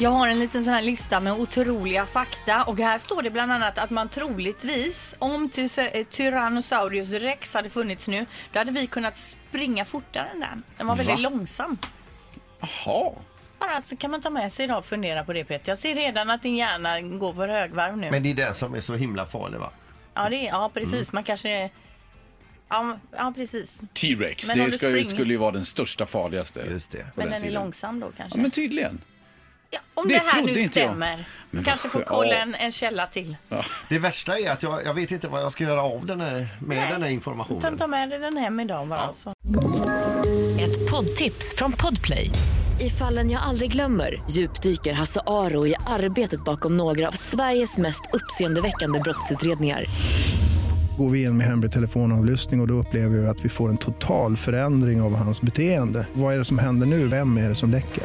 Jag har en liten sån här lista med otroliga fakta och här står det bland annat att man troligtvis, om ty- eh, Tyrannosaurus rex hade funnits nu, då hade vi kunnat springa fortare än den. Den var väldigt Va? långsam. Jaha. Bara så kan man ta med sig idag och fundera på det Peter. Jag ser redan att din hjärna går för högvarv nu. Men det är den som är så himla farlig va? Ja, det är, ja precis. Mm. Man kanske... Ja, ja precis. T-Rex, Men om det du ska, ju- springer- skulle ju vara den största farligaste. Just det. på Men den den är tiden. långsam då kanske. Ja, men tydligen. Ja, om Det det, här trodde nu inte jag. stämmer. Men Kanske vad får skö- kolla ja. en, en källa till. Det värsta är att jag, jag vet inte vad jag ska göra av den här, med Nej. den Ta, här informationen. ta med dig den hem idag bara. Så. Ett poddtips från Podplay. I fallen jag aldrig glömmer djupdyker Hasse Aro i arbetet bakom några av Sveriges mest uppseendeväckande brottsutredningar. Går vi in med hemlig telefonavlyssning och, och då upplever vi att vi får en total förändring av hans beteende. Vad är det som händer nu? Vem är det som läcker?